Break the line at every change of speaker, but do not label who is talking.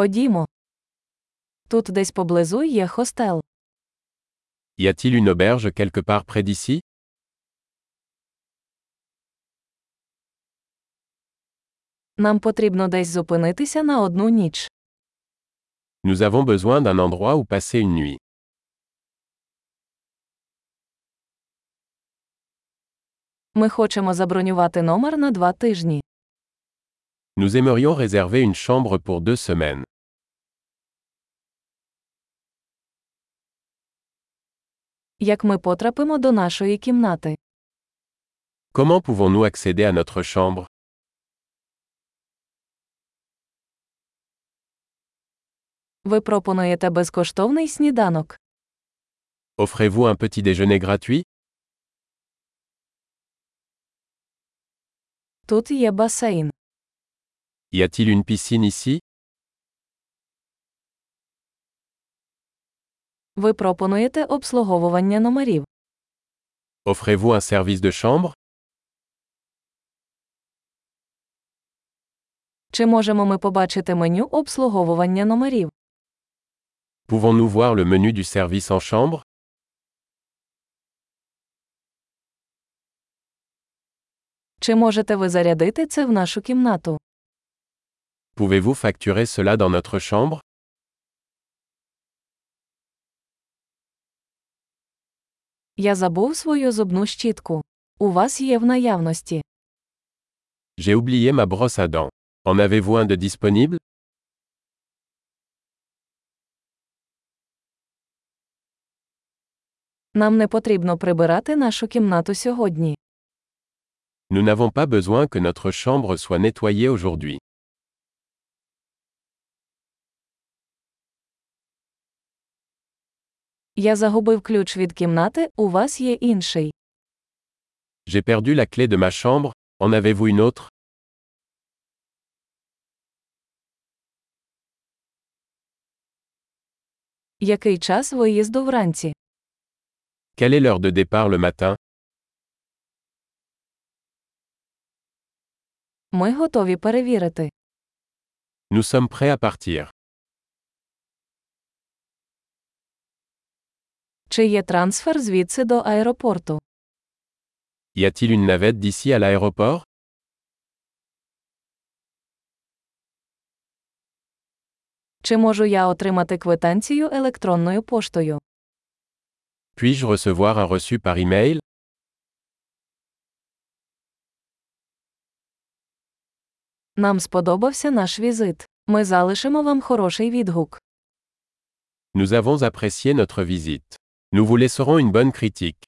Ходімо. Тут десь поблизу є хостел.
Y a-t-il une auberge quelque part près d'ici
Нам потрібно десь зупинитися на одну ніч.
Nous avons besoin d'un endroit où passer une nuit.
Ми хочемо забронювати номер на два тижні.
Nous aimerions réserver une chambre pour deux semaines.
Як ми потрапимо до нашої кімнати?
Comment pouvons-nous accéder à notre chambre
Ви пропонуєте безкоштовний сніданок.
Offrez-vous un petit déjeuner gratuit
Тут є басейн.
Y a-t-il une piscine ici
Ви пропонуєте обслуговування номерів.
Offrez-vous un service de chambre
Чи можемо ми побачити меню обслуговування номерів?
Pouvons-nous voir le menu du service en chambre
Чи можете ви зарядити це в нашу кімнату?
Pouvez-vous facturer cela dans notre chambre
Я забув свою зубну щітку. У вас є в наявності.
J'ai oublié ma brosse à dents. En avez-vous un de disponible
Нам не потрібно прибирати нашу кімнату сьогодні.
Nous n'avons pas besoin que notre chambre soit nettoyée aujourd'hui.
Я загубив ключ від кімнати, у вас є інший.
J'ai perdu la clé de ma chambre, en avez-vous une autre
Який час виїзду вранці?
Quelle est l'heure de départ le matin
Ми готові перевірити.
Nous sommes prêts à partir.
Чи є трансфер звідси до аеропорту?
Y a-t-il une navette d'ici à l'aéroport
Чи можу я отримати квитанцію електронною поштою?
Puis-je recevoir un reçu par email
Нам сподобався наш візит. Ми залишимо вам хороший відгук.
Nous avons apprécié notre visite. Nous vous laisserons une bonne critique.